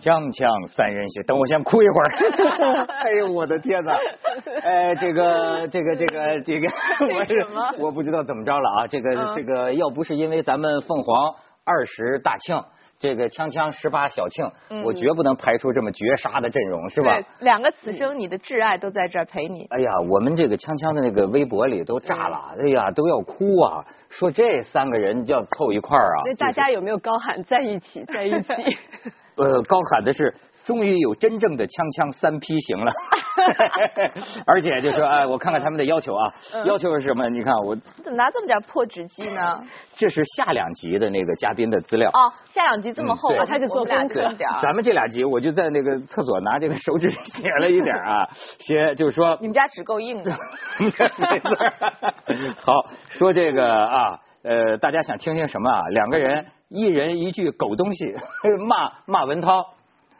锵锵三人行，等我先哭一会 儿。哎呦，我的天哪！哎，这个这个这个这个，我为什么是我不知道怎么着了啊！这个、嗯这个，要不是因为咱们凤凰二十大庆，这个锵锵十八小庆，嗯我绝不能排出这么绝杀的阵容，是吧？对，两个此生你的挚爱都在这儿陪你。哎呀，我们这个锵锵的那个微博里都炸了，哎呀，都要哭啊！说这三个人要凑一块儿啊，那大家有没有高喊在一起，在一 起？呃，高喊的是终于有真正的锵锵三批行了， 而且就说哎，我看看他们的要求啊，嗯要求是什么？你看我你怎么拿这么点破纸机呢？这是下两集的那个嘉宾的资料。哦，下两集这么厚嗯对，我他就做我们俩功课这么点儿咱们这俩集，我就在那个厕所拿这个手指写了一点儿啊，写就是说 你们家纸够硬的。啊没错儿。 好，说这个啊，呃，大家想听听什么啊？两个人，一人一句狗东西， 骂骂文涛，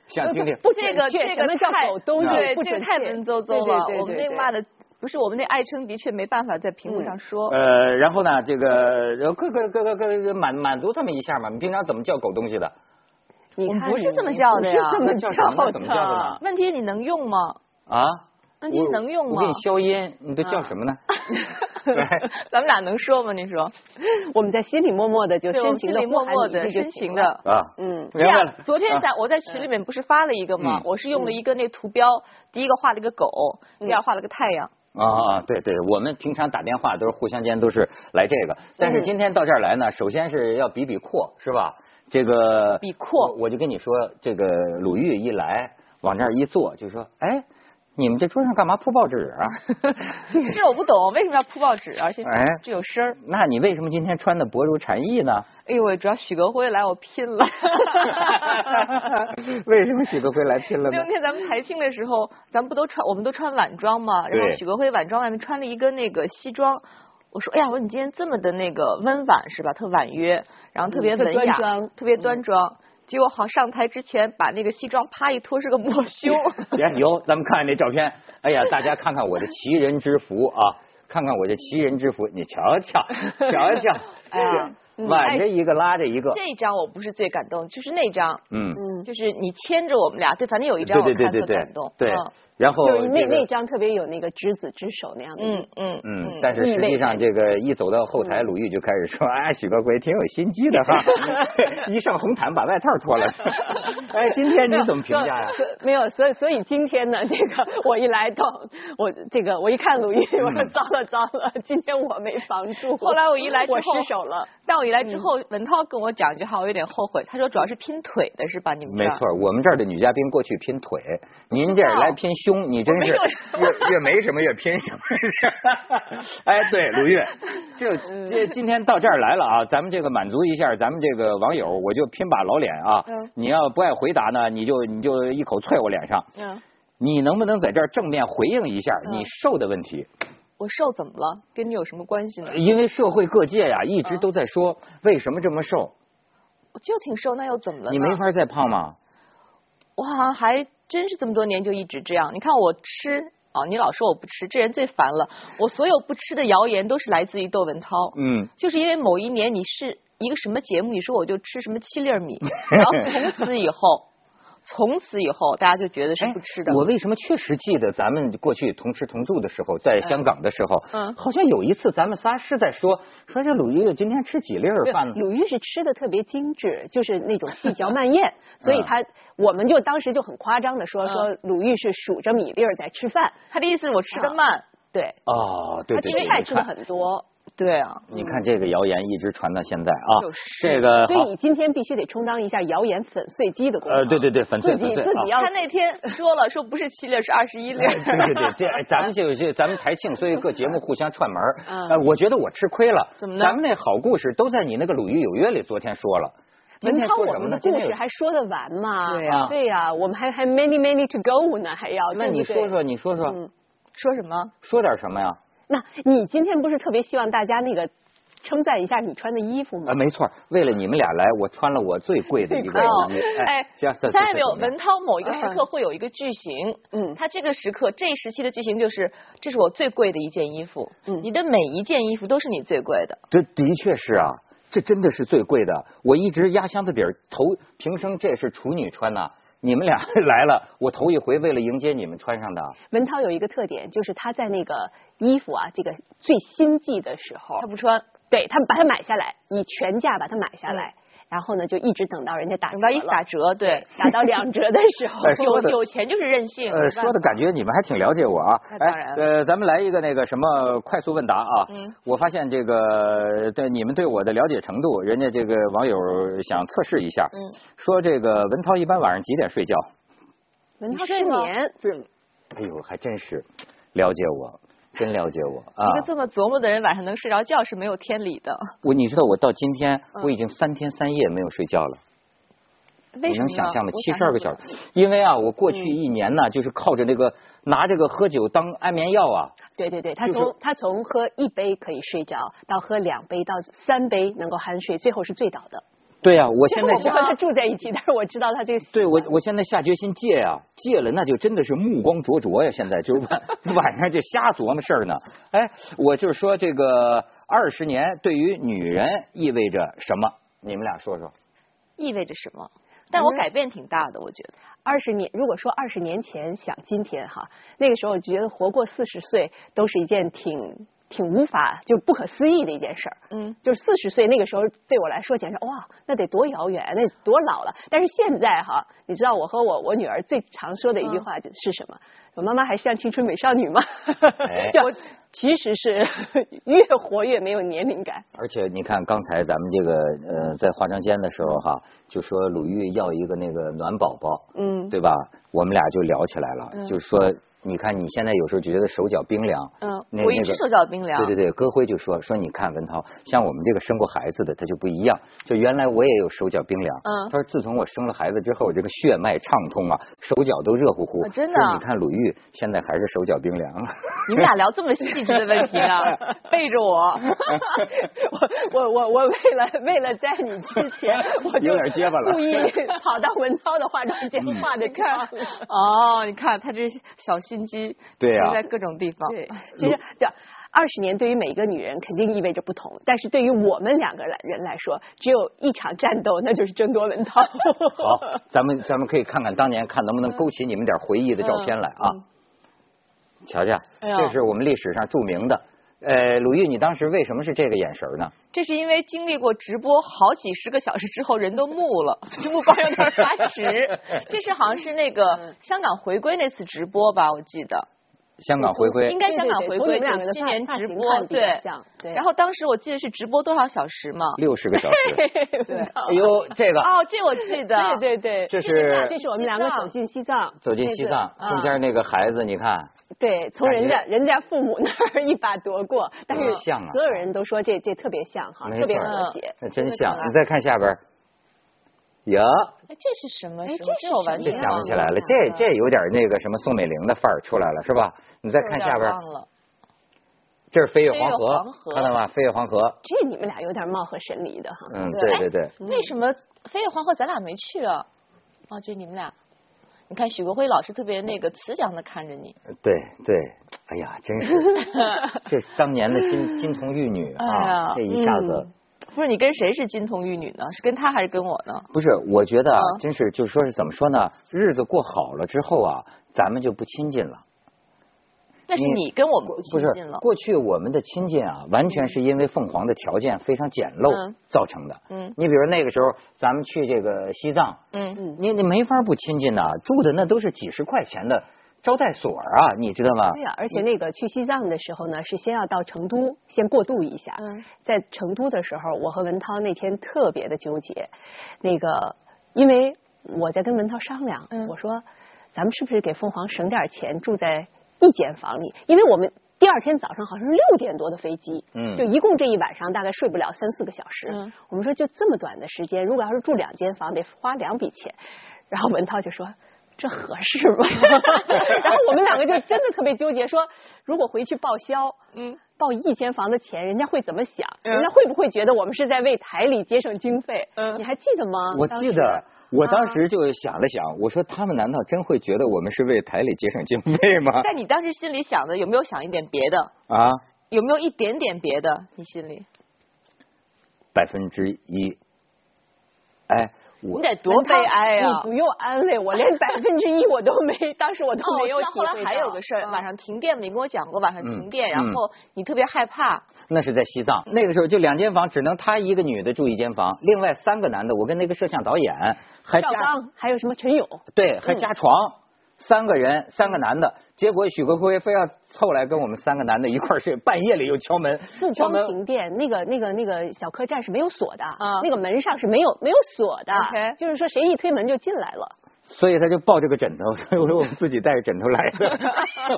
想听听。不这个准确这什个么叫太狗东西对，不这个准太确文绉对绉对了。对我们对那对骂的不是我们那爱称，的确没办法在屏幕上说。呃，然后呢，这个呃，各各各各各满满足他们一下嘛。你平常怎么叫狗东西的？你我看们不啊 是你这么叫的呀不那是这叫么什么？那叫怎么叫的呢？问题你能用吗？啊？问题我能用我吗给你？消音，你都叫什么呢？对 咱们俩能说吗？你说，我们在心里默默的就对我深们情心的里默默的、深深情 情。的。啊， 嗯，明白了。昨天啊在我在群里面不是发了一个吗嗯？我是用了一个那个图标，第一个画了一个狗，嗯第二画了个太阳。啊啊，对对，我们平常打电话都是互相间都是来这个，但嗯是今天到这儿来呢，首先是要比比阔，是吧？这个比阔我我就跟你说，这个鲁豫一来往那儿一坐，就说，哎，你们这桌上干嘛铺报纸 啊？是我不懂为什么要铺报纸，而且哎这有声儿。那你为什么今天穿的薄如蝉翼呢？ 哎呦喂，主要许格辉来我拼了。为什么许多辉来拼了呢 那？天咱们台庆的时候，咱们不都穿，我们都穿晚装嘛。然后对许国辉晚装外面穿了一个那个西装，我说，哎呀，我说你今天这么的那个温婉是吧？特婉约，然后特别嗯特文雅，端庄嗯特别端庄。结果好上台之前把那个西装啪一脱是 个抹胸，别有，咱们看看这照片。哎呀，大家看看我的奇人之福啊，看看我这奇人之福，你瞧瞧，瞧瞧，哎呀哎这挽着一个拉着一个，这一张我不是最感动，就是那张，嗯，嗯，就是你牵着我们俩，对，反正有一张对我对看对特对对感动，对嗯。然后就是那这个那张特别有那个执子之手那样的。嗯嗯嗯，但是实际上意这味个一走到后台，鲁豫就开始说：“啊，许国辉挺有心机的哈，一上红毯把外套脱了。”哎，今天你怎么评价呀？所没有，所以所以今天呢，这 个我一来到，我这个我一看鲁豫，我说糟了糟了，今天我没防住。嗯后来我一来之我后失手了。但我一来之后，文涛跟我讲一句话，我有点后悔。他说主要是拼腿的是吧？你们这没儿错，我们这儿的女嘉宾过去拼腿，您这儿来拼胸，你真是越越没什么越拼什么 是？哎，对，鲁豫，这嗯这今天到这儿来了啊，咱们这个满足一下咱们这个网友，我就拼把老脸啊。嗯你要不爱回答呢，你就你就一口啐我脸上。嗯，你能不能在这儿正面回应一下你嗯瘦的问题？我瘦怎么了？跟你有什么关系呢？因为社会各界呀、一直嗯都在说为什么这么瘦，我就挺瘦，那又怎么了？你没，法再胖吗？我好像还真是这么多年就一直这样。你看我吃啊、你老说我不吃，这人最烦了。我所有不吃的谣言都是来自于窦文涛，嗯，就是因为某一年你是一个什么节目，你说我就吃什么七粒 儿米，然后从此以后，从此以后大家就觉得是不吃的。哎我为什么确实记得咱们过去同吃同住的时候，在香港的时候，嗯好像有一次咱们仨是在说说这鲁豫豫今天吃几粒儿饭呢？鲁豫是吃的特别精致，就是那种细嚼慢 咽，所以他我们就当时就很夸张的说嗯说鲁豫是数着米粒儿在吃饭，他的意思是我吃的啊慢，对，哦，对他对对，因为你菜吃的看很嗯多，对啊，你看这个谣言一直传到现在啊就是，这个嗯所好以，你今天必须得充当一下谣言粉碎机的功能。呃，对对对，粉碎自己粉碎自啊 己。要他那天说了，说不是七粒儿是二十一粒儿。对对对，这哎咱们就这咱们台庆，所以各节目互相串门儿。嗯呃，我觉得我吃亏了。怎么呢咱们那好故事都在你那个《鲁豫有约》里，昨天说了。今文天涛，说什我么们呢的？今故天有事还说得完吗？啊对呀对呀、我们还还 many many to go 呢，还要。那对不你对说，说，你说说，嗯， 说什么？说点什么呀？那你今天不是特别希望大家那个称赞一下你穿的衣服吗啊，？没错儿，为了你们俩来，我穿了我最贵的一个最衣贵服。 哎，行，这你发现这没有？这怎么样文涛某一个时刻会有一个句型，呃嗯他这个时刻这一时期的句型就是，这是我最贵的一件衣服，嗯你的每一件衣服都是你最贵的。这的确是啊，这真的是最贵的。我一直压箱子底儿，头平生这是处女穿呐、你们俩 来了，我头一回为了迎接你们穿上的。文涛有一个特点，就是他在那个衣服啊，这个最新季的时候他，不穿，对他把它买下来，以全价把它买嗯下来，然后呢就一直等到人家打折等到一了打折，对，打到两折的时 候哎，说有的有钱就是任性。呃，说的感觉你们还挺了解我啊。那当然呃，咱们来一个那个什么快速问答啊。嗯。我发现这个对你们对我的了解程度，人家这个网友想测试一下，嗯，说这个文涛一般晚上几点睡觉？文你涛睡失吗眠，哎呦，还真是了解我，真了解我啊一个！这么琢磨的人晚上能睡着觉是没有天理的。我你知道我到今天嗯我已经三天三夜没有睡觉了。为你什能么呢想象吗？我七十二个想小象嗯时，因为啊，我过去一年呢，就是靠着这个拿这个喝酒当安眠药啊，对对对，他就从是他从喝一杯可以睡着，到喝两杯到三杯能够酣睡，最后是醉倒的。对呀、我现虽然在啊我不和下，他住在一起，但是我知道他这个习对我惯我现在下决心戒呀、戒了那就真的是目光灼灼呀，现在就是晚 晚上就瞎琢磨事儿呢。哎，我就是说这个二十年对于女人意味着什么？你们俩说说。意味着什么？嗯但我改变挺大的，我觉得。二十年，如果说二十年前想今天哈，那个时候我觉得活过四十岁都是一件挺挺无法就不可思议的一件事儿。嗯，就是四十岁那个时候对我来说简直哇，那得多遥远，那得多老了。但是现在哈，你知道我和我我女儿最常说的一嗯句话就是什么？我妈妈还像青春美少女吗？哎 就其实是越活越没有年龄感。而且你看，刚才咱们这个呃，在化妆间的时候哈，就说鲁豫要一个那个暖宝宝，嗯，对吧？我们俩就聊起来了，嗯就是说，你看你现在有时候觉得手脚冰凉，嗯，那我一那直个手脚冰凉。对对对，戈辉就说说你看文涛，像我们这个生过孩子的他就不一样，就原来我也有手脚冰凉，嗯他说自从我生了孩子之后，这个血脉畅通啊，手脚都热乎乎，啊真的啊说你看鲁豫现在还是手脚冰凉，你们俩聊这么细致的问 题啊，背着我。我我我我为了为了在你之 前，啊我就有点结巴了故意跑到文涛的化妆间嗯化的妆。哦，你看他这小心机，对啊呀用在各种地方。对，其实这二十年对于每一个女人肯定意味着不同，但是对于我们两个来人来说，只有一场战斗，那就是争夺文涛。 好好，咱们咱们可以看看当年看能不能勾起你们点回忆的照片来啊。瞧瞧，嗯哎呦这是我们历史上著名的。呃，鲁豫，你当时为什么是这个眼神呢？这是因为经历过直播好几十个小时之后，人都木 了，所以目光有点发直。这是好像是那嗯个香港回归那次直播吧，我记得。香港回归应，该香港回归对对对从你们两个的九七年发直发型播，看比较对像对然后当时我记得是直播多少小时嘛？六十个小 时。 对。哎呦，这个哦，这我记得。对对对，这这是是我们两个走进西藏，走进西藏啊这，是啊中间那个孩子，你看，对，从人家人家父母那儿一把夺过，但是嗯像啊所有人都说这这特别像哈，没特别错和谐。那真这个像可。爱你再看下边儿，哟，哎，这是什么？哎什么这是我完这全什想么呀不起忘来了，这这有点那个什么宋美龄的范儿出来了，是吧？你再有看点下边儿忘，了。这是飞越啊飞黄越河黄，河看到吗？飞越黄河，这你们俩有点貌合神离的哈。嗯，对对对对。为什么飞越黄河咱俩没去啊？哦，就你们俩。你看许国辉老师特别那个慈祥的看着你，对对，哎呀，真 是这当年的金金童玉女哎啊，呀这一下子、嗯不是你跟谁是金童玉女呢？是跟他还是跟我呢？不是，我觉得啊，嗯真是就是说是怎么说呢？日子过好了之后啊，咱们就不亲近了。那是你你跟我们不不亲是近了。过去我们的亲近啊，完全是因为凤凰的条件非常简陋嗯造成的。嗯你比如那个时候，咱们去这个西藏，嗯，嗯，你你没法不亲近呐、住的那都是几十块钱的招待所啊，你知道吗？对呀、而嗯且那个去西藏的时候呢，是先要到成都先过渡一下。嗯，在成都的时候，我和文涛那天特别的纠结，那个因为我在跟文涛商量，嗯我说咱们是不是给凤凰省点钱，住在一间房里，因为我们。第二天早上好像是六点多的飞机，嗯就一共这一晚上大概睡不了三四个小时。嗯我们说就这么短的时间，如果要是住两间房，得花两笔钱。然后文涛就说：“这合适吗？” 然后我们两个就真的特别纠结，说如果回去报销，嗯，报一间房的钱，人家会怎么想？嗯人家会不会觉得我们是在为台里节省经费？嗯你还记得吗？我啊当记时得，我当时就想了想，我说他们难道真会觉得我们是为台里节省经费吗？但你当时心里想的有没有想一点别的？啊，有没有一点点别的？你心里？百分之一。哎，我你得多悲哀啊呀、你不用安慰我，连百分之一我都没，当时我都哦，我没知有体道后会到。嗯来还有个事儿，晚上停电嘛，你跟我讲过晚上停电，嗯然后你特别害怕，那是在西藏，那个时候就两间房，只能她一个女的住一间房，另外三个男的，我跟那个摄像导演还赵加刚，还有什么陈勇，对还加床，三个人三个男的，结果许国辉非要凑来跟我们三个男的一块儿睡，半夜里又敲门不，敲光门停电，那个那个那个小客栈是没有锁的，啊那个门上是没有没有锁的 OK 就是说谁一推门就进来了。所以他就抱着个枕头， 所以我说我们自己带着枕头来 的，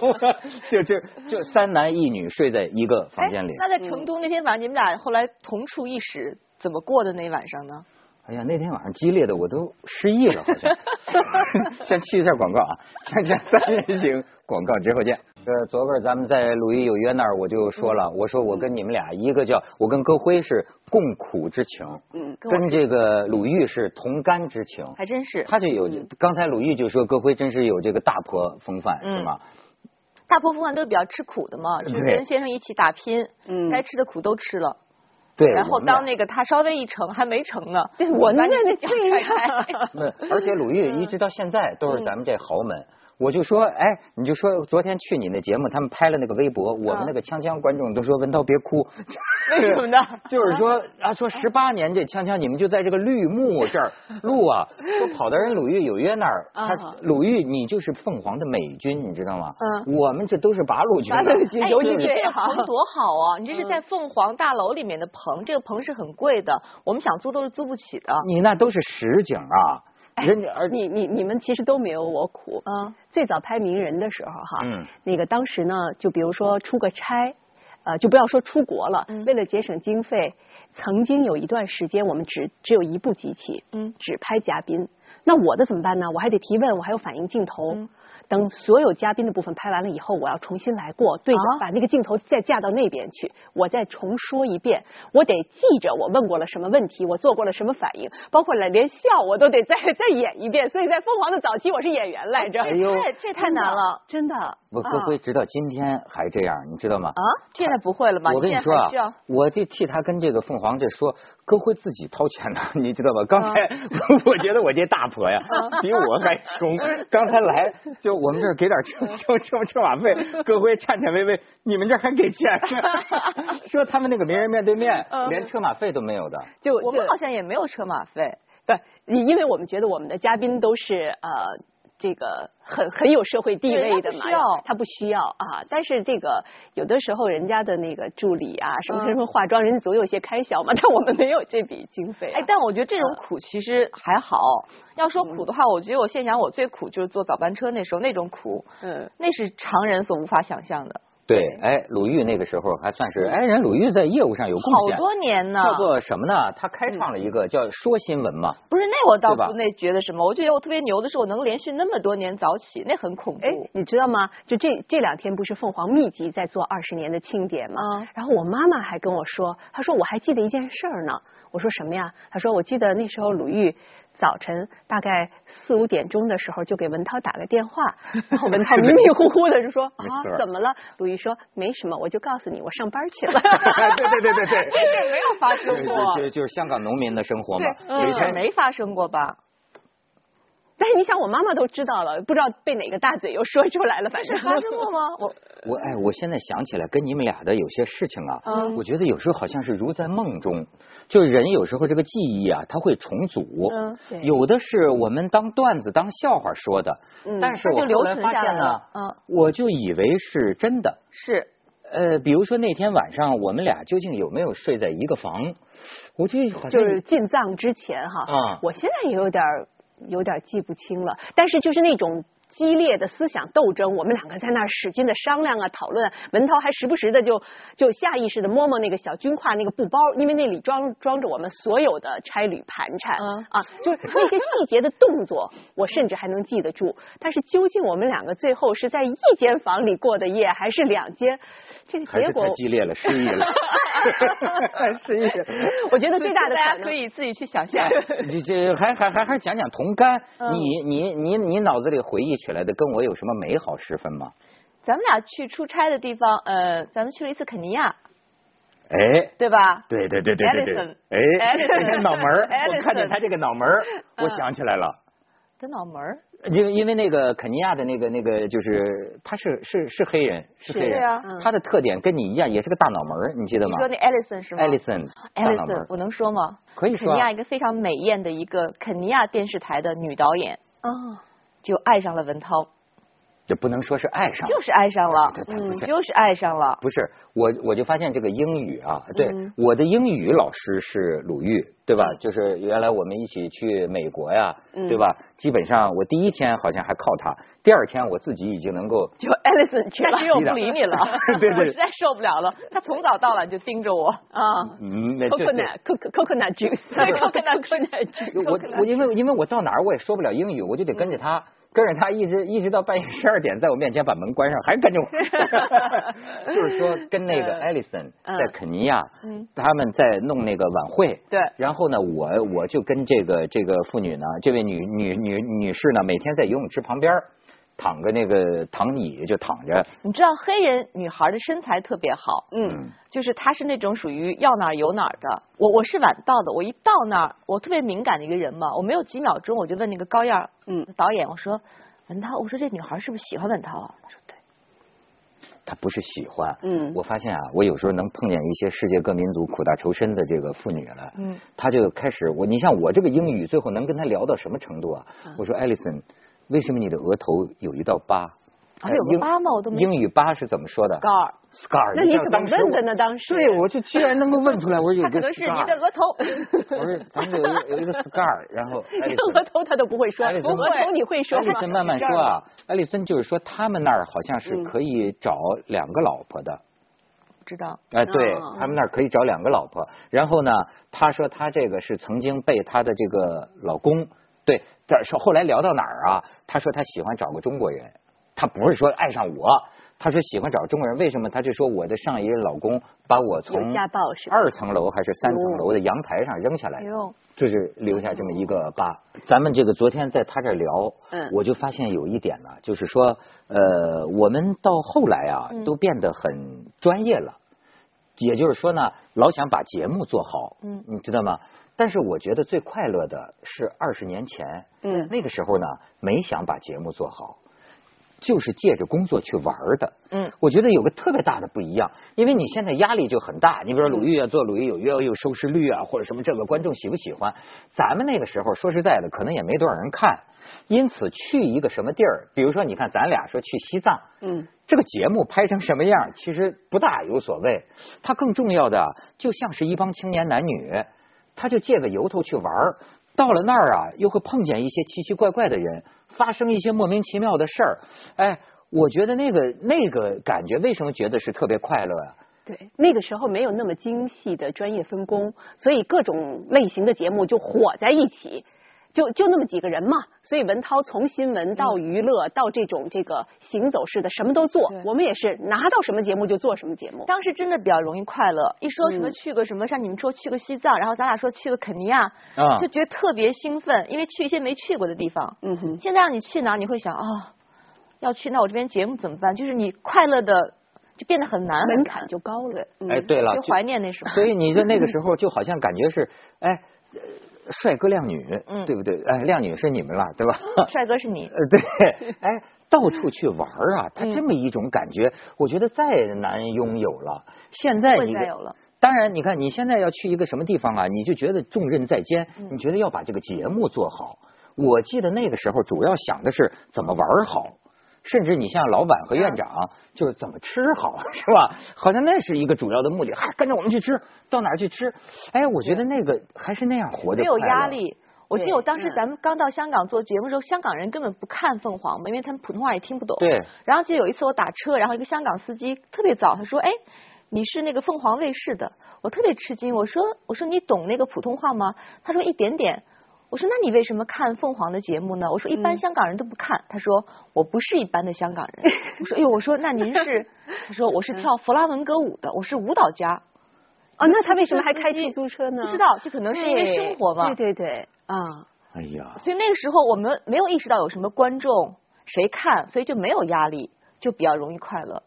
就就就三男一女睡在一个哎房间里，。那在成都那天晚上，你们俩后来同处一室，怎么过的那一晚上呢？哎呀，那天晚上激烈的我都失忆了，好 像。先去一下广告啊，锵锵三人行，广告之后见。这昨个儿咱们在《鲁豫有约》那儿我就说了，我说我跟你们俩一个叫我跟戈辉是共苦之情，嗯，跟我哎跟这个鲁豫是同甘之情。还真是他就有，嗯刚才鲁豫就说戈辉真是有这个大婆风范，嗯是吗？大部分都是比较吃苦的嘛，啊就是对跟先生一起打拼，嗯该吃的苦都吃了。对。然后我们俩当那个他稍微一成，还没成呢，对我把那你那脚对踹呀 开。 那而且鲁豫一直到现在都嗯是咱们这豪门。我就说，哎，你就说昨天去你那节目，他们拍了那个微博，我啊们那个锵锵观众都说文涛别哭，为什么呢？就是说啊，说十八年这锵锵你们就在这个绿幕这 儿录啊，说跑到人鲁豫有约那儿，他啊鲁豫你就是凤凰的美军，你知道吗？嗯我们这都是八路军的，八路军哎，尤其你这这个 样棚多好啊！你这是在凤凰大楼里面的棚，这个棚是很贵的，我们想租都是租不起的。哎你那都是实景啊，人家而你你你们其实都没有我苦。 嗯，最早拍名人的时候哈，嗯那个当时呢，就比如说出个差，呃，就不要说出国了，嗯为了节省经费，曾经有一段时间我们只只有一部机器，嗯只拍嘉宾。那我的怎么办呢？我还得提问，我还有反应镜头。嗯等所有嘉宾的部分拍完了以后，我要重新来过，对着、啊把那个镜头再架到那边去，我再重说一遍。我得记着我问过了什么问题，我做过了什么反应，包括了连笑我都得再 再演一遍。所以在凤凰的早期，我是演员来着。哎呦这这太难了，真的。我哥辉直到今天还这样，你知道吗？啊！现在不会了吗？我跟你现在说还需要啊，我就替他跟这个凤凰这说，哥会自己掏钱的， 你知道吧？刚才、嗯 我觉得我这大婆呀，比我还穷。嗯刚才来就我们这儿给点儿车车车车马费， 哥辉颤颤巍巍，你们这儿还给钱 呢？说他们那个名人面对面嗯连车马费都没有的，就我就们好像也没有车马费。对，因因为我们觉得我们的嘉宾都是呃这个很很有社会地对位他的不嘛，需要他不需要啊。但是这个有的时候人家的那个助理啊，什么嗯什么化妆，人家总有些开销嘛，但我们没有这笔经费、啊嗯哎，但我觉得这种苦其实还好。要说苦的话，我觉得我现在想我最苦就是坐早班车那时候那种苦，嗯，那是常人所无法想象的。对，哎，鲁豫那个时候还算是，哎，人鲁豫在业务上有贡嗯好献，多年呢，嗯叫做什么呢？他开创了一个叫说新闻 嘛。 不是那我倒对吧不那觉得什么，我觉得我特别牛的是我能连续那么多年早起，那很恐怖。哎，你知道吗？就这这两天不是凤凰密集在做二十年的庆典吗？啊然后我妈妈还跟我说，她说我还记得一件事儿呢。我说什么呀？她说我记得那时候鲁豫早晨大概四五点钟的时候就给文涛打个 电话，然后文涛迷迷糊糊的就说没啊错儿怎么了？鲁豫说没什么，我就告诉你我上班去了。 对对对对对。 这事儿没有发生过，就就就是香港农民的生活嘛对，，每这事儿天嗯嗯没发生过吧？但是你想，我妈妈都知道了，不知道被哪个大嘴又说出来了，反正发生过吗？ 我我哎，我现在想起来跟你们俩的有些事情啊，嗯我觉得有时候好像是如在梦中，就是人有时候这个记忆啊，它会重组，嗯对有的是我们当段子、当笑话说的，嗯但是它我就留后来存发下来现呢了，。嗯，我就以为是真的。是呃，比如说那天晚上我们俩究竟有没有睡在一个房，我就好像就是进藏之前哈，啊我现在也有点儿有点儿记不清了，但是就是那种。激烈的思想斗争，我们两个在那儿使劲的商量啊、讨论啊。文涛还时不时的就就下意识的摸摸那个小军挎那个布包，因为那里装装着我们所有的差旅盘缠、嗯啊，就是那些细节的动作，我甚至还能记得住。但是究竟我们两个最后是在一间房里过的夜，还是两间？这个还结是果太，激烈了，失忆 了， 失忆了。我觉得最大的大家可能可以自己去想象。哎 这这还还还还讲讲同甘，嗯你你你你脑子里回忆起来的跟我有什么美好时分吗？咱们俩去出差的地方，呃，咱们去了一次肯尼亚，哎，对吧？对对对对对对 Edison，，哎， Edison，这脑门儿，我 Edison 看见他这个脑门儿，我嗯想起来了。的脑门儿，因为因为那个肯尼亚的那个那个就是他是是是黑人是黑对人，啊他的特点跟你一样，也是个大脑门儿，你记得你吗说那 Alison 是吗？Ellison 大脑门 Alison，儿我能说吗？可以肯说尼啊亚一个非常美艳的一个肯尼亚电视台的女导演，哦，就爱上了文涛，这不能说是爱上，就是爱上了，对对对嗯不是就是爱上了。不是我我就发现这个英语啊，对、嗯我的英语老师是鲁豫，对吧？就是原来我们一起去美国呀，嗯对吧？基本上我第一天好像还靠他，第二天我自己已经能够，就 Alison 去了，但是又不理你了 对对我实在受不了了。他从早到晚就盯着我，啊嗯，那对对，coconut coco- coconut juice，对 coconut coconut juice，我我因为因为我到哪儿我也说不了英语，我就得嗯跟着他，跟着他一直一直到半夜十二点，在我面前把门关上，还跟着 我。 就是说，跟那个嗯 Alison 嗯在肯尼亚嗯，他们在弄那个晚会。对然后呢，我我就跟这个这个妇女呢，这位女女女女士呢，每天在游泳池旁边儿躺个那个躺椅就躺着，你知道黑人女孩的身材特别好，嗯，就是她是那种属于要哪儿有哪儿的。我我是晚到的，我一到那儿，我特别敏感的一个人嘛，我没有几秒钟我就问那个高燕儿，嗯导演我说文涛，我说这女孩是不是喜欢文涛啊？他说对，她不是喜欢。嗯我发现啊，我有时候能碰见一些世界各民族苦大仇深的这个妇女了。嗯，她就开始我，你像我这个英语，最后能跟她聊到什么程度啊？嗯我说，Alison，为什么你的额头有一道疤？啊哎有个英疤吗我都没英语疤是怎么说的 Scar ？scar。那你像怎当么时问我的？呢？当时对，我就居然能够问出来，我说有她个可能是你 scar 的。额头。我说咱们有一个有一个 scar，然后 Alison 额头他都不会说，艾丽哎额森头你会说艾丽吗？森慢慢说啊，艾丽森就是说他们那儿好像嗯是可以找两个老婆的。知道，嗯哎，对哦他们那儿可以找两个老婆。然后呢，她说她这个是曾经被她的这个老公，对，但是后来聊到哪儿啊？她说她喜欢找个中国人，她不是说爱上我，她说喜欢找中国人。为什么？她是说我的上一任老公把我从有家暴是吧？二层楼还是三层楼的阳台上扔下来哦哎的。呦，就是留下这么一个疤。咱们这个昨天在他这儿聊，嗯我就发现有一点呢、就是说，呃，我们到后来啊嗯，都变得很专业了。也就是说呢，老想把节目做好，嗯你知道吗？但是我觉得最快乐的是二十年前，嗯那个时候呢，没想把节目做好，就是借着工作去玩儿的。嗯，我觉得有个特别大的不一样，因为你现在压力就很大。你比如说鲁豫啊，做鲁豫有约有收视率啊，或者什么这个观众喜不喜欢？咱们那个时候说实在的，可能也没多少人看，因此去一个什么地儿，比如说你看咱俩说去西藏，嗯，这个节目拍成什么样，其实不大有所谓。它更重要的啊就像是一帮青年男女，他就借个由头去玩儿。到了那儿啊，又会碰见一些奇奇怪怪的人，发生一些莫名其妙的事儿。哎，我觉得那个那个感觉，为什么觉得是特别快乐啊呀、对，那个时候没有那么精细的专业分工，所以各种类型的节目就火在一起。就就那么几个人嘛，所以文涛从新闻到娱乐到这种这个行走式的什么都做对，我们也是拿到什么节目就做什么节目。当时真的比较容易快乐，一说什么嗯去个什么，像你们说去个西藏，然后咱俩说去个肯尼亚，啊就觉得特别兴奋，因为去一些没去过的地方。嗯哼，现在让你去哪儿，你会想啊、要去那我这边节目怎么办？就是你快乐的就变得很难，门槛就高了。嗯哎，对了，就就怀念那时候。所以你说那个时候就好像感觉是，哎，呃帅哥靓女，嗯对不对？哎，靓女是你们了，对 吧？帅哥是你，呃，对，哎，到处去玩儿啊，嗯他这么一种感觉，我觉得再难拥有了。现在不会你再有了。当然，你看你现在要去一个什么地方啊，你就觉得重任在肩，嗯你觉得要把这个节目做好。我记得那个时候主要想的是怎么玩儿好，甚至你像老板和院长嗯就是怎么吃好，是吧？ 好像那是一个主要的目的，还跟着我们去吃，到哪儿去吃？哎，我觉得那个还是那样活着没有快压乐。力。我记得对我当时嗯咱们刚到香港做节目的时候，香港人根本不看凤凰嘛，因为他们普通话也听不懂。对。然后记得有一次我打车，然后一个香港司机特别早，他说：“哎，你是那个凤凰卫视的。”我特别吃惊，我说：“我说你懂那个普通话吗？”他说：“一点点。”我说：“那你为什么看凤凰的节目呢？”我说：“一嗯般香港人都不看。他说：“我不是一般的香港人。” 我说：“哎呦，我说那您是？”他说：“嗯我是跳弗拉文歌舞的，我是舞蹈家。哦，那他为什么还开出租车”呢？不知道，这可能是因为生活嘛。嗯对对对，啊，哎呀，所以那个时候我们没有意识到有什么观众谁看，所以就没有压力，就比较容易快乐。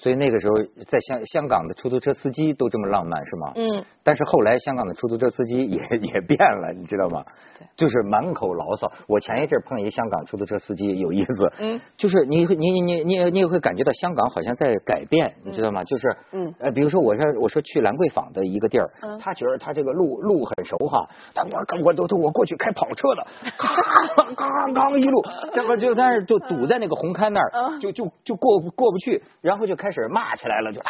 所以那个时候在香香港的出租车司机都这么浪漫是吗？嗯，但是后来香港的出租车司机也 也变了，你知道吗？就是满口牢骚。我前一阵碰一个香港出租车司机，有意思。嗯，就是你会你你你你也你也会感觉到香港好像在改变，你知道吗？就是嗯呃，比如说我说我说去兰桂坊的一个地儿嗯，他觉得他这个路路很熟哈，他我我都都我过去开跑车的， 咔咔咔一路，这不就但是就堵在那个红磡那儿，嗯就就就过不过不去，然后就开始骂起来了，就。啊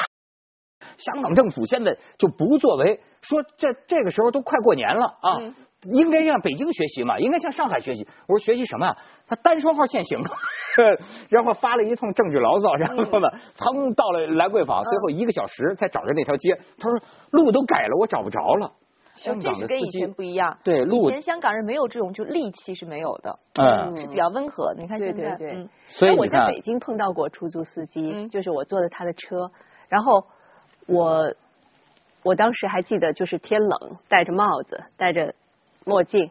香港政府现在就不作为，说这这个时候都快过年了啊，嗯应该向北京学习嘛，应该向上海学习。我说学习什么呀、他单双号限行， 然后发了一通政治牢嗯骚，然后呢，噌到了兰桂坊，最后一个小时才找着那条街。他说路都改了，我找不着了。香呃这港是的跟司以机前不一样。对以路，前哎香港人没有这种就戾气是没有的，嗯，是比较温和。你看对现对在，对嗯所以哎我你在看北，京碰到过出租司机，嗯就是我坐的他的车，然后我我当时还记得，就是天冷，戴着帽子，戴着墨镜，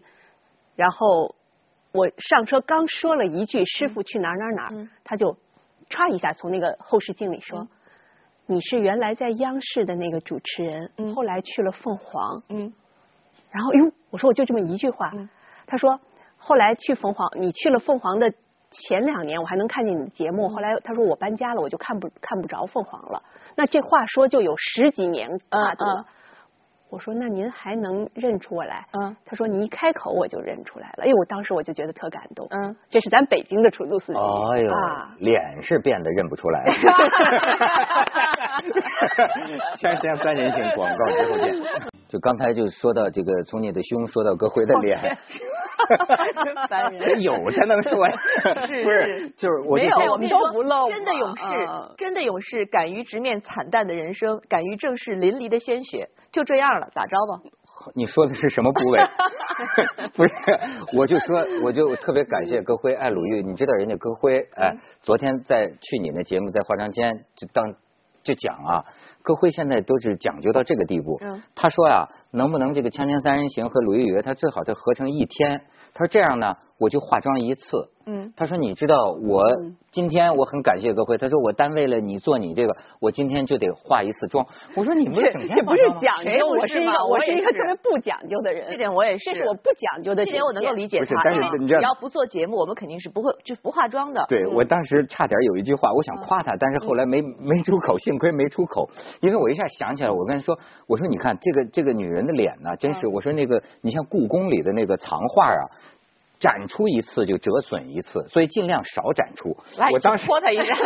然后我上车刚说了一句“师傅去哪儿哪儿哪儿”，嗯他就歘一下从那个后视镜里说。嗯你是原来在央视的那个主持人，嗯后来去了凤凰，嗯然后哟，我说我就这么一句话，嗯他说后来去凤凰，你去了凤凰的前两年，我还能看见你的节嗯目，后来他说我搬家了，我就看不看不着凤凰了。那这话说就有十几年跨度了。嗯我说那您还能认出我来？嗯 他说你一开口我就认出来了，哎呦，我当时我就觉得特感动。嗯，这是咱北京的出租司机、哎呦啊，，脸是变得认不出来 了。锵锵三人行广告之后见。就刚才就说到这个，从你的胸说到歌辉的哦脸， 烦得人。有才能说呀。是不是是，就是 我就没有说 我们都不露嘛真的勇士嗯，真的勇士，敢于直面惨淡的人生，敢于正视淋漓的鲜血，就这样了，咋着吧？你说的是什么部位？ 不是，我就说，我就特别感谢歌辉爱鲁豫。你知道人家歌辉，哎，昨天在去你那节目在化妆间就当就讲啊，歌辉现在都是讲究到这个地步。嗯他说呀、能不能这个《锵锵三人行》和《鲁豫有约》，他最好再合成一天。他说这样呢，我就化妆一次。嗯他说：“你知道我嗯今天我很感谢各位。”他说：“我单为了你做你这个，我今天就得化一次妆。”我说：“你不是这整这天不化是妆吗？讲谁究，不我是是一嘛个我我是也一个是特别不讲究的人。这点我也是，这是我不讲究的这底线。点我能够理解不是他，但因是为你知只道要不做节目，我们肯定是不会就不化妆的。对，嗯我当时差点有一句嗯话，我想夸他，但是后来没没出口，幸亏没出口，因为我一下想起来，我跟他说，我说你看这个这个女人的脸呐，真嗯是，我说那个你像故宫里的那个藏画啊，展出一次就折损一次，所以尽量少展出哎来。我当时泼他一下。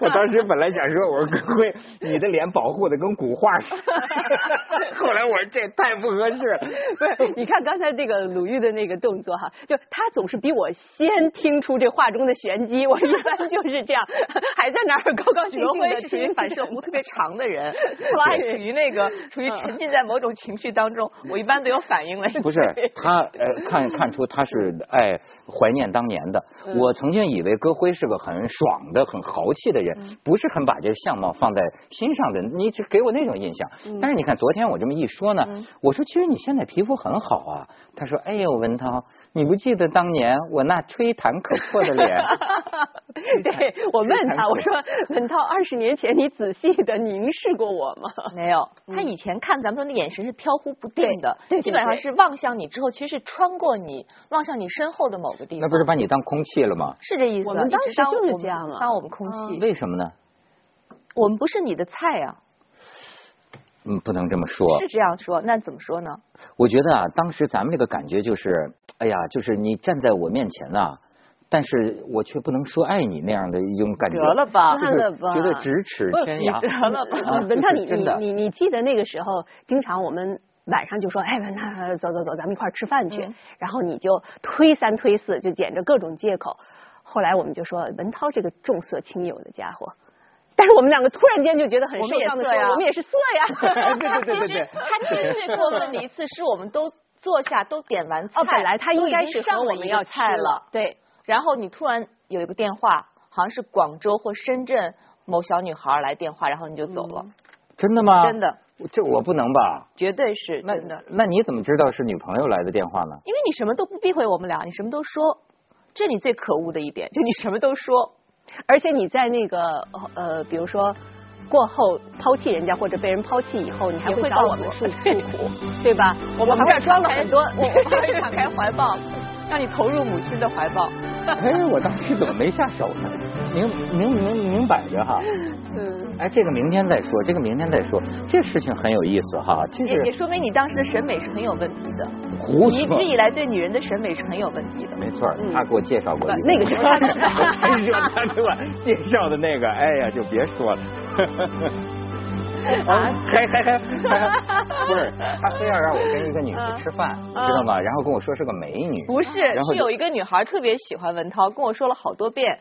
我当时本来想说，我说哥辉，你的脸保护的跟古画似 的，后来我说这太不合适了。不 是，你看刚才这个鲁豫的那个动作哈，就他总是比我先听出这话中的玄机，我一般就是这样，还在那儿高高兴许多兴辉的是属于反射弧特别长的 人，后来处于那个处于沉浸在某种情绪当中，我一般都有反应了。 不是他呃，看看出他是爱怀念当年的。我曾经以为歌辉是个很爽的、很豪气的人，不是很把这相貌放在心上的。你只给我那种印象。但是你看昨天我这么一说呢，我说其实你现在皮肤很好啊。他说：“哎呦，文涛，你不记得当年我那吹弹可破的脸？ 对我问他，我说文涛，二十年前你仔细的凝视过我吗？没有，他以前看咱们说那眼神是飘忽不定的，对对对基本上是望向你之后，其实是穿过你，望向你身后的某个地那方不，是把你当空气了吗？是这意思啊。我们当时一直当就是我们这样啊当我们空气，为什么呢？我们不是你的菜啊，嗯，不能这么说。是这样说，那怎么说呢？我觉得啊，当时咱们这个感觉就是，哎呀，就是你站在我面前啊，但是我却不能说爱你那样的一种感觉，得了吧，就是算了吧觉得咫尺天得涯。了吧。啊文涛，这是你真的你你你记得那个时候，经常我们晚上就说，哎，文涛，走走走，咱们一块儿吃饭去。嗯然后你就推三推四，就捡着各种借口。后来我们就说，文涛这个重色轻友的家伙。但是我们两个突然间就觉得很我们受也伤的色说，呀我们也是色呀。对对对对对， 他今天最过分的一次是我们都坐下都点完菜，哦，本来他应该是和上我们要吃菜了，，对，然后你突然有一个电话，好像是广州或深圳某小女孩来电话，然后你就走了，真的嗯吗？真，的，这我不能吧？绝对是那真的，那你怎么知道是女朋友来的电话呢？因为你什么都不避讳我们俩，你什么都说，这你最可恶的一点，就你什么都说，而且你在那个呃，比如说过后抛弃人家或者被人抛弃以后，你还也会会告找诉我们我诉诉苦，对吧？嗯我们这儿装了很多，我我 还会敞开怀抱，让你投入母亲的怀抱。哎，我当时怎么没下手呢？明明明明摆着哈，嗯，哎，这个明天再说，这个明天再说，这事情很有意思哈，嗯就也也是说明你当时的审美是很有问题的，胡你一说直。以来对女人的审美是很有问题的。没错儿，他给我介绍过一嗯那个是 他的我跟你说，他给我介绍的那个，哎呀，就别 说了。 啊，还还还还，不是，他非要让我跟一个女的吃饭，嗯知道吗？然后跟我说是个美女，不是，然后是就有一个女孩特别喜欢文涛，跟我说了好多遍，